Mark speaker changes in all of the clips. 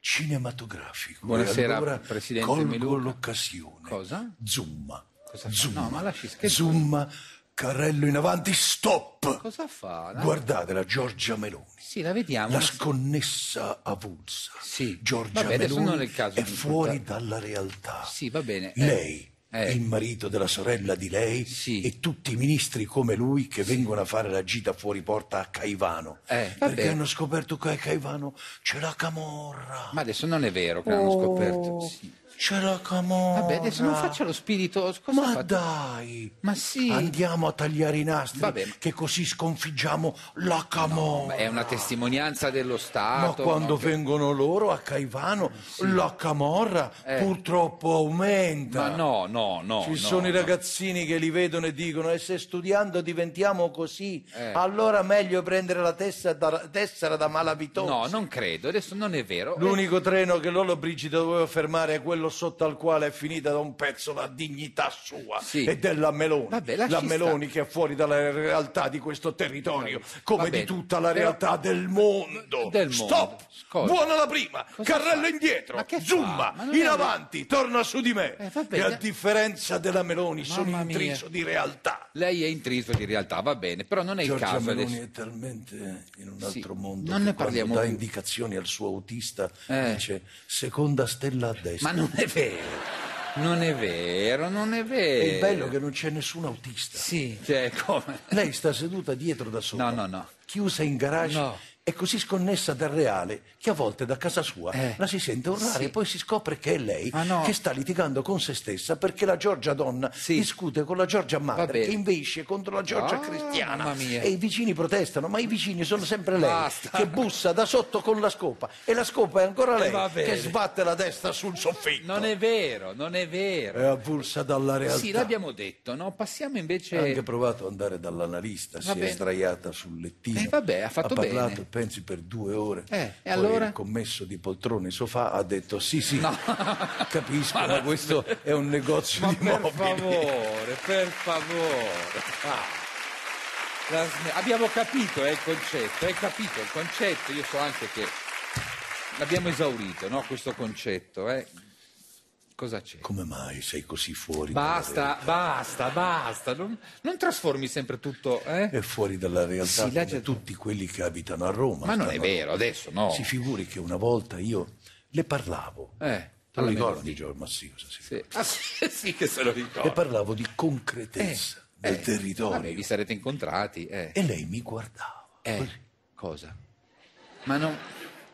Speaker 1: cinematografico.
Speaker 2: Buonasera,
Speaker 1: E allora
Speaker 2: Presidente
Speaker 1: colgo
Speaker 2: Meluca.
Speaker 1: l'occasione.
Speaker 2: Cosa?
Speaker 1: Zoom.
Speaker 2: Cosa fa?
Speaker 1: Zoom.
Speaker 2: No, ma lasci scherzare.
Speaker 1: Zoom, carrello in avanti, stop!
Speaker 2: Cosa fa? La-
Speaker 1: Guardatela, Giorgia Meloni.
Speaker 2: Sì, la vediamo.
Speaker 1: La
Speaker 2: ma-
Speaker 1: sconnessa avulsa.
Speaker 2: Sì.
Speaker 1: Giorgia
Speaker 2: Vabbè, adesso
Speaker 1: Meloni
Speaker 2: non è il caso
Speaker 1: è
Speaker 2: di
Speaker 1: fuori
Speaker 2: portare-
Speaker 1: dalla realtà.
Speaker 2: Sì, va bene. eh,
Speaker 1: Lei,
Speaker 2: eh,
Speaker 1: il marito della sorella di lei
Speaker 2: Sì.
Speaker 1: e tutti i ministri come lui che vengono a fare la gita fuori porta a Caivano.
Speaker 2: Eh, vabbè.
Speaker 1: perché hanno scoperto che a Caivano c'è la camorra.
Speaker 2: Ma adesso non è vero che l'hanno
Speaker 1: Oh,
Speaker 2: scoperto. Sì.
Speaker 1: C'è la camorra.
Speaker 2: Vabbè, adesso non faccia lo spirito. Cosa
Speaker 1: Ma
Speaker 2: fa?
Speaker 1: dai!
Speaker 2: Ma sì.
Speaker 1: Andiamo a tagliare i nastri,
Speaker 2: Vabbè, ma-
Speaker 1: che così sconfiggiamo la
Speaker 2: Ma
Speaker 1: camorra.
Speaker 2: È una testimonianza dello
Speaker 1: Ma
Speaker 2: Stato.
Speaker 1: quando
Speaker 2: no? Che-
Speaker 1: vengono loro a Caivano, la camorra purtroppo aumenta.
Speaker 2: Eh. Ma no, no, no.
Speaker 1: Ci
Speaker 2: no,
Speaker 1: sono i
Speaker 2: no.
Speaker 1: ragazzini che li vedono e dicono: E se studiando diventiamo così,
Speaker 2: Eh.
Speaker 1: allora meglio prendere la tessera da, tessera da malavitoso.
Speaker 2: No, non credo. Adesso non è vero. Eh,
Speaker 1: L'unico treno che Lollo Brigida doveva fermare è quello sotto al quale è finita da un pezzo la dignità sua
Speaker 2: Sì.
Speaker 1: e della Meloni.
Speaker 2: Vabbè, lasci
Speaker 1: la
Speaker 2: stare.
Speaker 1: Meloni che è fuori dalla realtà di questo territorio, come
Speaker 2: Va
Speaker 1: di
Speaker 2: bene.
Speaker 1: tutta la
Speaker 2: Però-
Speaker 1: realtà del mondo.
Speaker 2: Del mondo.
Speaker 1: Stop!
Speaker 2: Cosa?
Speaker 1: Buona la prima,
Speaker 2: Cosa
Speaker 1: carrello
Speaker 2: fa?
Speaker 1: indietro,
Speaker 2: Ma che fa?
Speaker 1: zoomma,
Speaker 2: Ma non
Speaker 1: in
Speaker 2: è-
Speaker 1: avanti, torna su di me.
Speaker 2: Eh, va
Speaker 1: e
Speaker 2: bene.
Speaker 1: a differenza della Meloni sono
Speaker 2: Mamma mia.
Speaker 1: intriso di realtà.
Speaker 2: Lei è intriso di realtà, va bene, però non è il
Speaker 1: Giorgia
Speaker 2: caso
Speaker 1: Meloni
Speaker 2: adesso.
Speaker 1: è talmente in un
Speaker 2: Sì,
Speaker 1: altro mondo
Speaker 2: non
Speaker 1: che quando
Speaker 2: ne parliamo
Speaker 1: dà
Speaker 2: più.
Speaker 1: indicazioni al suo autista
Speaker 2: Eh.
Speaker 1: dice seconda stella a
Speaker 2: Ma
Speaker 1: destra
Speaker 2: non è vero. Non è vero, non è
Speaker 1: è
Speaker 2: vero.
Speaker 1: il bello che non c'è nessun autista
Speaker 2: Sì, cioè, come...
Speaker 1: lei sta seduta dietro da sola
Speaker 2: No, no, no.
Speaker 1: chiusa in garage
Speaker 2: No.
Speaker 1: è così sconnessa dal reale che a volte da casa sua
Speaker 2: Eh.
Speaker 1: la si sente urlare
Speaker 2: Sì.
Speaker 1: e poi si scopre che è lei
Speaker 2: Ma no.
Speaker 1: che sta litigando con se stessa perché la Giorgia donna
Speaker 2: Sì.
Speaker 1: discute con la Giorgia madre
Speaker 2: bene.
Speaker 1: che invece contro la Giorgia
Speaker 2: Ah,
Speaker 1: cristiana
Speaker 2: mamma mia.
Speaker 1: e i vicini protestano ma i vicini sono sempre lei
Speaker 2: Basta. Eh,
Speaker 1: che bussa da sotto con la scopa e la scopa è ancora lei
Speaker 2: va bene.
Speaker 1: che sbatte la testa sul soffitto
Speaker 2: Non è vero, non è vero.
Speaker 1: è avulsa dalla realtà
Speaker 2: Sì, l'abbiamo detto, no? Passiamo invece...
Speaker 1: ha anche provato ad andare dall'analista, si
Speaker 2: Vabbè.
Speaker 1: è sdraiata sul lettino.
Speaker 2: Eh, vabbè, ha fatto
Speaker 1: parlato,
Speaker 2: bene.
Speaker 1: pensi, per due ore.
Speaker 2: Eh, e
Speaker 1: Poi
Speaker 2: allora?
Speaker 1: il commesso di poltrone e sofà ha detto sì, sì,
Speaker 2: No.
Speaker 1: capisco,
Speaker 2: Ma
Speaker 1: ma
Speaker 2: la-
Speaker 1: questo è un negozio
Speaker 2: Ma
Speaker 1: di
Speaker 2: per
Speaker 1: mobili.
Speaker 2: favore, per favore. Ah. La sm- Abbiamo capito eh, il concetto, hai capito il concetto, io so anche che l'abbiamo esaurito, no? Questo concetto, eh. Cosa c'è?
Speaker 1: Come mai sei così fuori? dalla
Speaker 2: Basta, basta, basta, non, non trasformi sempre tutto, eh?
Speaker 1: realtà? È fuori dalla realtà
Speaker 2: Sì, la
Speaker 1: come
Speaker 2: gente-
Speaker 1: tutti quelli che abitano a Roma.
Speaker 2: Ma non è
Speaker 1: stanno-
Speaker 2: vero, adesso no.
Speaker 1: Si figuri che una volta io le parlavo.
Speaker 2: Eh,
Speaker 1: Te lo
Speaker 2: alla
Speaker 1: ricordi, Giorgio? Ma sì, cosa si
Speaker 2: Sì. Ah, sì, sì che se lo
Speaker 1: Le
Speaker 2: ricordo.
Speaker 1: parlavo di concretezza del
Speaker 2: Eh,
Speaker 1: territorio.
Speaker 2: vabbè, vi sarete incontrati, eh.
Speaker 1: E lei mi guardava.
Speaker 2: Eh,
Speaker 1: così.
Speaker 2: cosa? Ma non,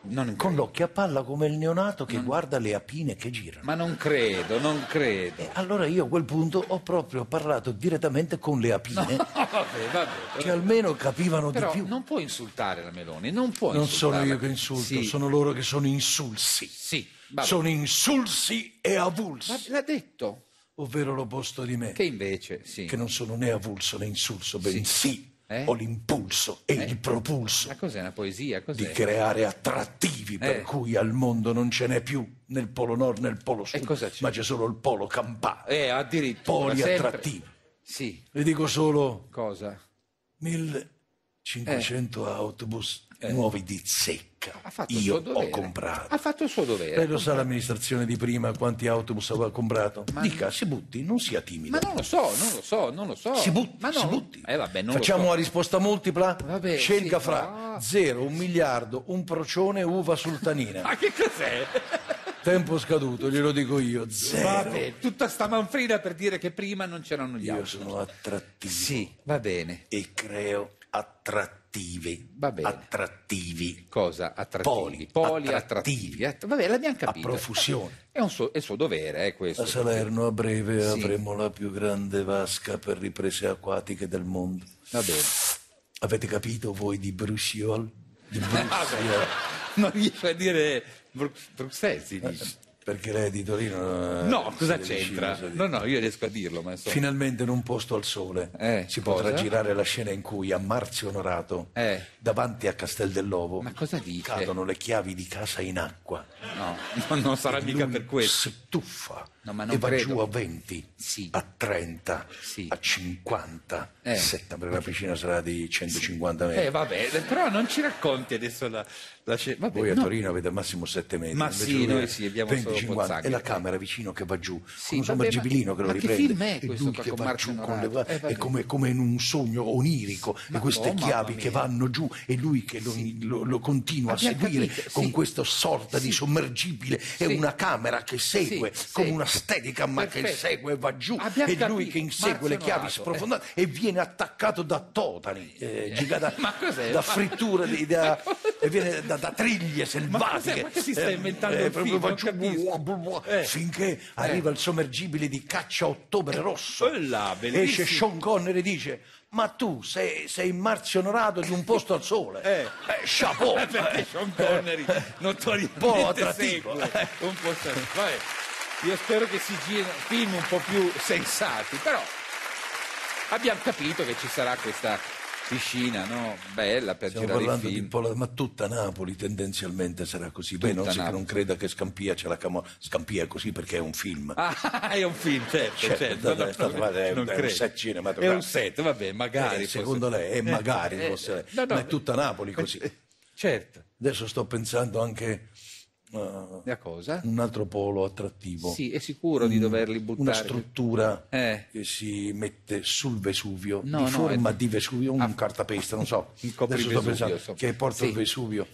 Speaker 2: non
Speaker 1: con
Speaker 2: credo.
Speaker 1: l'occhio a palla come il neonato che guarda le apine che girano.
Speaker 2: Mm. Ma non credo, non credo.
Speaker 1: Allora io a quel punto ho proprio parlato direttamente con le apine
Speaker 2: vabbè, vabbè.
Speaker 1: che almeno capivano
Speaker 2: Però
Speaker 1: di più.
Speaker 2: non può insultare la Meloni, non può
Speaker 1: Non
Speaker 2: insultarla.
Speaker 1: sono io che insulto,
Speaker 2: Sì,
Speaker 1: sono loro che sono insulsi.
Speaker 2: sì, vabbè.
Speaker 1: Sono insulsi e
Speaker 2: Ma
Speaker 1: avulsi,
Speaker 2: l'ha detto.
Speaker 1: ovvero l'opposto di me,
Speaker 2: Che
Speaker 1: che,
Speaker 2: invece, sì.
Speaker 1: non sono né avulso né insulso, bensì
Speaker 2: Eh?
Speaker 1: ho l'impulso e il propulso
Speaker 2: Ma cos'è una poesia? Cos'è?
Speaker 1: di creare attrattivi per
Speaker 2: Eh.
Speaker 1: cui al mondo non ce n'è più nel polo nord né nel polo
Speaker 2: cosa
Speaker 1: sud,
Speaker 2: c'è?
Speaker 1: ma c'è solo il polo campano.
Speaker 2: Eh, addirittura.
Speaker 1: poli
Speaker 2: sempre-
Speaker 1: attrattivi.
Speaker 2: Sì,
Speaker 1: Le dico solo
Speaker 2: cosa?
Speaker 1: 1500 autobus nuovi di zecca.
Speaker 2: Eh. Ha fatto il
Speaker 1: Io
Speaker 2: suo dovere.
Speaker 1: ho comprato.
Speaker 2: Ha fatto il suo dovere.
Speaker 1: Lei lo sa l'amministrazione di prima quanti autobus aveva comprato? Dica, si butti, non sia timido.
Speaker 2: Ma non lo so, non lo so, non lo so.
Speaker 1: Si butti,
Speaker 2: ma no.
Speaker 1: si butti.
Speaker 2: Eh, vabbè, non lo
Speaker 1: Facciamo
Speaker 2: so.
Speaker 1: la risposta multipla?
Speaker 2: Vabbè,
Speaker 1: Scelga
Speaker 2: sì,
Speaker 1: fra
Speaker 2: va.
Speaker 1: 0, 1 miliardo, un procione, uva sultanina.
Speaker 2: Ma che cos'è?
Speaker 1: Tempo scaduto, glielo dico io. Zero.
Speaker 2: Vabbè, tutta sta manfrina per dire che prima non c'erano gli
Speaker 1: Io
Speaker 2: altri.
Speaker 1: sono attrattivo
Speaker 2: Sì, va bene.
Speaker 1: e creo attrattive.
Speaker 2: Va bene.
Speaker 1: Attrattivi
Speaker 2: Cosa? Attrattivi.
Speaker 1: Poli,
Speaker 2: Poli
Speaker 1: attrattivi.
Speaker 2: attrattivi. Att- Vabbè, l'abbiamo
Speaker 1: a
Speaker 2: capito.
Speaker 1: profusione.
Speaker 2: È, un suo- è il suo dovere, eh, questo.
Speaker 1: A Salerno a breve
Speaker 2: Sì.
Speaker 1: avremo la più grande vasca per riprese acquatiche del mondo.
Speaker 2: Va bene.
Speaker 1: Avete capito voi di Bruxiol? Di Bruxiol.
Speaker 2: Non riesco a dire Bru- Bruxelles, si dice.
Speaker 1: Perché lei è di Torino. eh,
Speaker 2: No, cosa
Speaker 1: siete vicini,
Speaker 2: c'entra?
Speaker 1: cosa dire.
Speaker 2: No, no, io riesco a dirlo, ma insomma.
Speaker 1: Finalmente in un posto al sole
Speaker 2: Eh,
Speaker 1: si
Speaker 2: cosa?
Speaker 1: potrà girare la scena in cui a Marzio Onorato,
Speaker 2: Eh.
Speaker 1: davanti a Castel dell'Ovo,
Speaker 2: Ma cosa dice?
Speaker 1: cadono le chiavi di casa in acqua.
Speaker 2: No, no, non sarà mica per questo.
Speaker 1: Si tuffa
Speaker 2: No, ma non
Speaker 1: e va
Speaker 2: credo.
Speaker 1: giù a 20,
Speaker 2: Sì.
Speaker 1: a 30,
Speaker 2: Sì.
Speaker 1: a 50.
Speaker 2: Eh.
Speaker 1: Settembre la piscina sarà di 150 metri.
Speaker 2: Eh, vabbè, però non ci racconti adesso la, la scena. Vabbè,
Speaker 1: Voi a
Speaker 2: no.
Speaker 1: Torino avete al massimo 7 metri.
Speaker 2: Ma
Speaker 1: invece
Speaker 2: sì,
Speaker 1: voi
Speaker 2: noi
Speaker 1: avete
Speaker 2: sì, abbiamo
Speaker 1: 20,
Speaker 2: solo
Speaker 1: 50.
Speaker 2: Pozzanghi.
Speaker 1: E la camera vicino che va giù, con un
Speaker 2: vabbè, ma-
Speaker 1: sommergibilino che lo
Speaker 2: ma che
Speaker 1: riprende.
Speaker 2: film è
Speaker 1: e
Speaker 2: questo
Speaker 1: lui
Speaker 2: qua
Speaker 1: che
Speaker 2: con
Speaker 1: va
Speaker 2: Marzio
Speaker 1: giù con le va-
Speaker 2: Onorato? Eh, va
Speaker 1: è
Speaker 2: bene.
Speaker 1: come, come in un sogno onirico, e queste
Speaker 2: oh, mamma
Speaker 1: chiavi che
Speaker 2: mia.
Speaker 1: vanno giù e lui che lo, lo- lo continua a
Speaker 2: Abbiamo
Speaker 1: seguire
Speaker 2: capito,
Speaker 1: con
Speaker 2: sì.
Speaker 1: questa sorta di sommergibile. È una camera che segue,
Speaker 2: sì.
Speaker 1: come una stedica, ma che
Speaker 2: Perfetto.
Speaker 1: segue e va giù.
Speaker 2: Abbiamo
Speaker 1: e lui
Speaker 2: capito,
Speaker 1: che insegue
Speaker 2: Marzio
Speaker 1: le chiavi
Speaker 2: Onorato,
Speaker 1: sprofondate e viene attaccato da totani, eh, giga- da,
Speaker 2: Ma cos'è?
Speaker 1: da
Speaker 2: Ma-
Speaker 1: fritture, di- da- e viene da, da triglie selvatiche
Speaker 2: cos'è? Ma che si sta
Speaker 1: eh,
Speaker 2: inventando
Speaker 1: eh,
Speaker 2: un
Speaker 1: proprio
Speaker 2: film?
Speaker 1: va
Speaker 2: Non
Speaker 1: giù,
Speaker 2: capisco. Eh.
Speaker 1: buah, buah, buah, finché arriva il sommergibile di caccia a ottobre rosso
Speaker 2: Eh, Quella, bellissimo.
Speaker 1: esce Sean Connery e dice ma tu sei, sei Marzio Onorato di un posto al sole
Speaker 2: Eh.
Speaker 1: Eh, chapeau
Speaker 2: Perché Sean Connery notoriamente
Speaker 1: Un po' attrattivo.
Speaker 2: segue un po' segue. Vabbè, io spero che si girino film un po' più sensati, però abbiamo capito che ci sarà questa piscina, no? Bella per
Speaker 1: Stiamo
Speaker 2: girare i
Speaker 1: parlando di
Speaker 2: film.
Speaker 1: Pola, ma tutta Napoli tendenzialmente sarà così. Beh,
Speaker 2: Tutta
Speaker 1: non, si,
Speaker 2: Napoli.
Speaker 1: non creda che Scampia ce la camo- Scampia è così perché è un film.
Speaker 2: Ah, è un film, certo,
Speaker 1: Certo,
Speaker 2: certo.
Speaker 1: è stato- ma è-
Speaker 2: non
Speaker 1: è un
Speaker 2: credo.
Speaker 1: set cinematografico.
Speaker 2: È un set, vabbè, magari.
Speaker 1: Eh,
Speaker 2: fosse-
Speaker 1: secondo lei, e magari
Speaker 2: eh,
Speaker 1: fosse lei.
Speaker 2: no, no. eh,
Speaker 1: ma è tutta Napoli così.
Speaker 2: Certo.
Speaker 1: Adesso sto pensando anche a
Speaker 2: La cosa?
Speaker 1: un altro polo attrattivo.
Speaker 2: Sì, è sicuro di doverli buttare.
Speaker 1: Mm, boh. Una struttura
Speaker 2: Eh.
Speaker 1: che si mette sul Vesuvio,
Speaker 2: No,
Speaker 1: di
Speaker 2: no,
Speaker 1: forma
Speaker 2: è-
Speaker 1: di Vesuvio, un cartapesta, non so,
Speaker 2: Un copri
Speaker 1: Adesso sto
Speaker 2: Vesuvio,
Speaker 1: pensando
Speaker 2: insomma.
Speaker 1: che porta il
Speaker 2: Sì. Eh.
Speaker 1: Vesuvio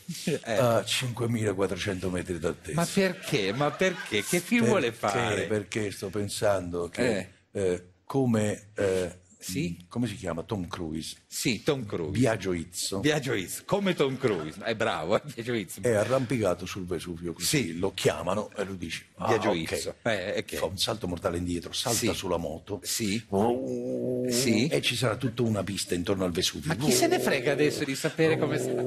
Speaker 1: a 5400 metri d'altezza.
Speaker 2: Ma perché? Ma perché? Che film vuole
Speaker 1: Perché-
Speaker 2: fare?
Speaker 1: Perché sto pensando che eh, come, eh,
Speaker 2: Sì?
Speaker 1: mh, come si chiama Tom Cruise,
Speaker 2: Sì, Tom Cruise.
Speaker 1: Biagio Izzo,
Speaker 2: Biagio Izzo, come Tom Cruise. È bravo, eh, Biagio Izzo.
Speaker 1: è arrampicato sul Vesuvio, così
Speaker 2: Sì.
Speaker 1: lo chiamano e lui dice ah,
Speaker 2: Biagio
Speaker 1: ok.
Speaker 2: Izzo. Eh, ok.
Speaker 1: Fa un salto mortale indietro, salta
Speaker 2: Sì.
Speaker 1: sulla moto
Speaker 2: Sì.
Speaker 1: Oh,
Speaker 2: Sì.
Speaker 1: e ci sarà tutta una pista intorno al Vesuvio.
Speaker 2: Ma chi se ne frega adesso di sapere come si fa?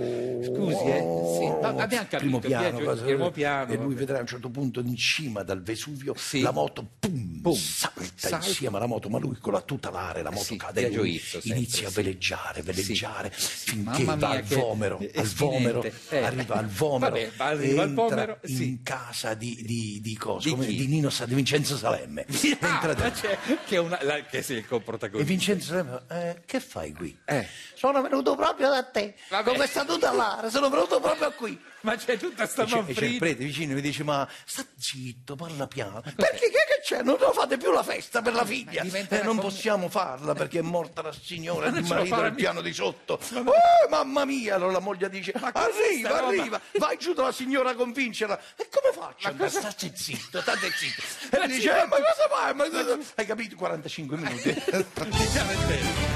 Speaker 2: Scusi, eh. Sì, va- abbiamo capito.
Speaker 1: Oh, primo piano,
Speaker 2: Biagio-
Speaker 1: cosa-
Speaker 2: primo piano,
Speaker 1: e lui
Speaker 2: vabbè.
Speaker 1: vedrà a un certo punto in cima dal Vesuvio
Speaker 2: Sì.
Speaker 1: la moto pum,
Speaker 2: Pum,
Speaker 1: salta,
Speaker 2: salta. Eh
Speaker 1: insieme alla moto ma lui con la tuta alare la moto
Speaker 2: sì,
Speaker 1: cade e
Speaker 2: Biagio
Speaker 1: lui
Speaker 2: Izzo sempre,
Speaker 1: inizia a
Speaker 2: sì.
Speaker 1: veleggiare veleggiare finché
Speaker 2: Mamma
Speaker 1: va
Speaker 2: mia,
Speaker 1: al
Speaker 2: che-
Speaker 1: vomero
Speaker 2: eh,
Speaker 1: al vomero
Speaker 2: spinente, eh.
Speaker 1: arriva al vomero
Speaker 2: Vabbè, va- arriva al
Speaker 1: entra
Speaker 2: vomero,
Speaker 1: in
Speaker 2: sì.
Speaker 1: casa di, di, di cosa
Speaker 2: Di
Speaker 1: come-
Speaker 2: chi?
Speaker 1: di Nino Sa- di Vincenzo Salemme
Speaker 2: Ah,
Speaker 1: Entra dentro.
Speaker 2: ma c'è- che, è una, la, che sei il
Speaker 1: E
Speaker 2: coprotagonista.
Speaker 1: Vincenzo Salemme, eh, che fai qui?
Speaker 2: Eh.
Speaker 1: Sono venuto proprio da te,
Speaker 2: Vabbè.
Speaker 1: con questa tuta là, sono venuto proprio qui.
Speaker 2: Ma c'è tutta sta
Speaker 1: E c'è, e c'è il
Speaker 2: manfrina.
Speaker 1: prete vicino e mi dice: Ma sta zitto, parla piano. Perché che, che c'è? Non lo fate più la festa per la figlia.
Speaker 2: diventerà
Speaker 1: Eh, non
Speaker 2: come-
Speaker 1: possiamo farla perché è morta la signora di
Speaker 2: ce la
Speaker 1: marito
Speaker 2: fa la
Speaker 1: al
Speaker 2: mia-
Speaker 1: piano di sotto. Oh, mamma mia! Allora la moglie dice:
Speaker 2: cos'è
Speaker 1: Arriva,
Speaker 2: sta roba?"
Speaker 1: arriva, vai giù dalla signora a convincerla. E come faccio?
Speaker 2: Ma
Speaker 1: Ma
Speaker 2: cosa-
Speaker 1: state zitto, state zitto. E
Speaker 2: Ma
Speaker 1: lui
Speaker 2: sì,
Speaker 1: dice:
Speaker 2: ma-
Speaker 1: "Eh, Ma cosa fai? Ma cosa- Hai capito? 45 minuti.
Speaker 2: Diciamo il vero.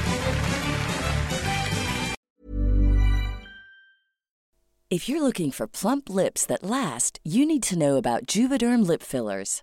Speaker 3: If you're looking for plump lips that last, you need to know about Juvederm lip fillers.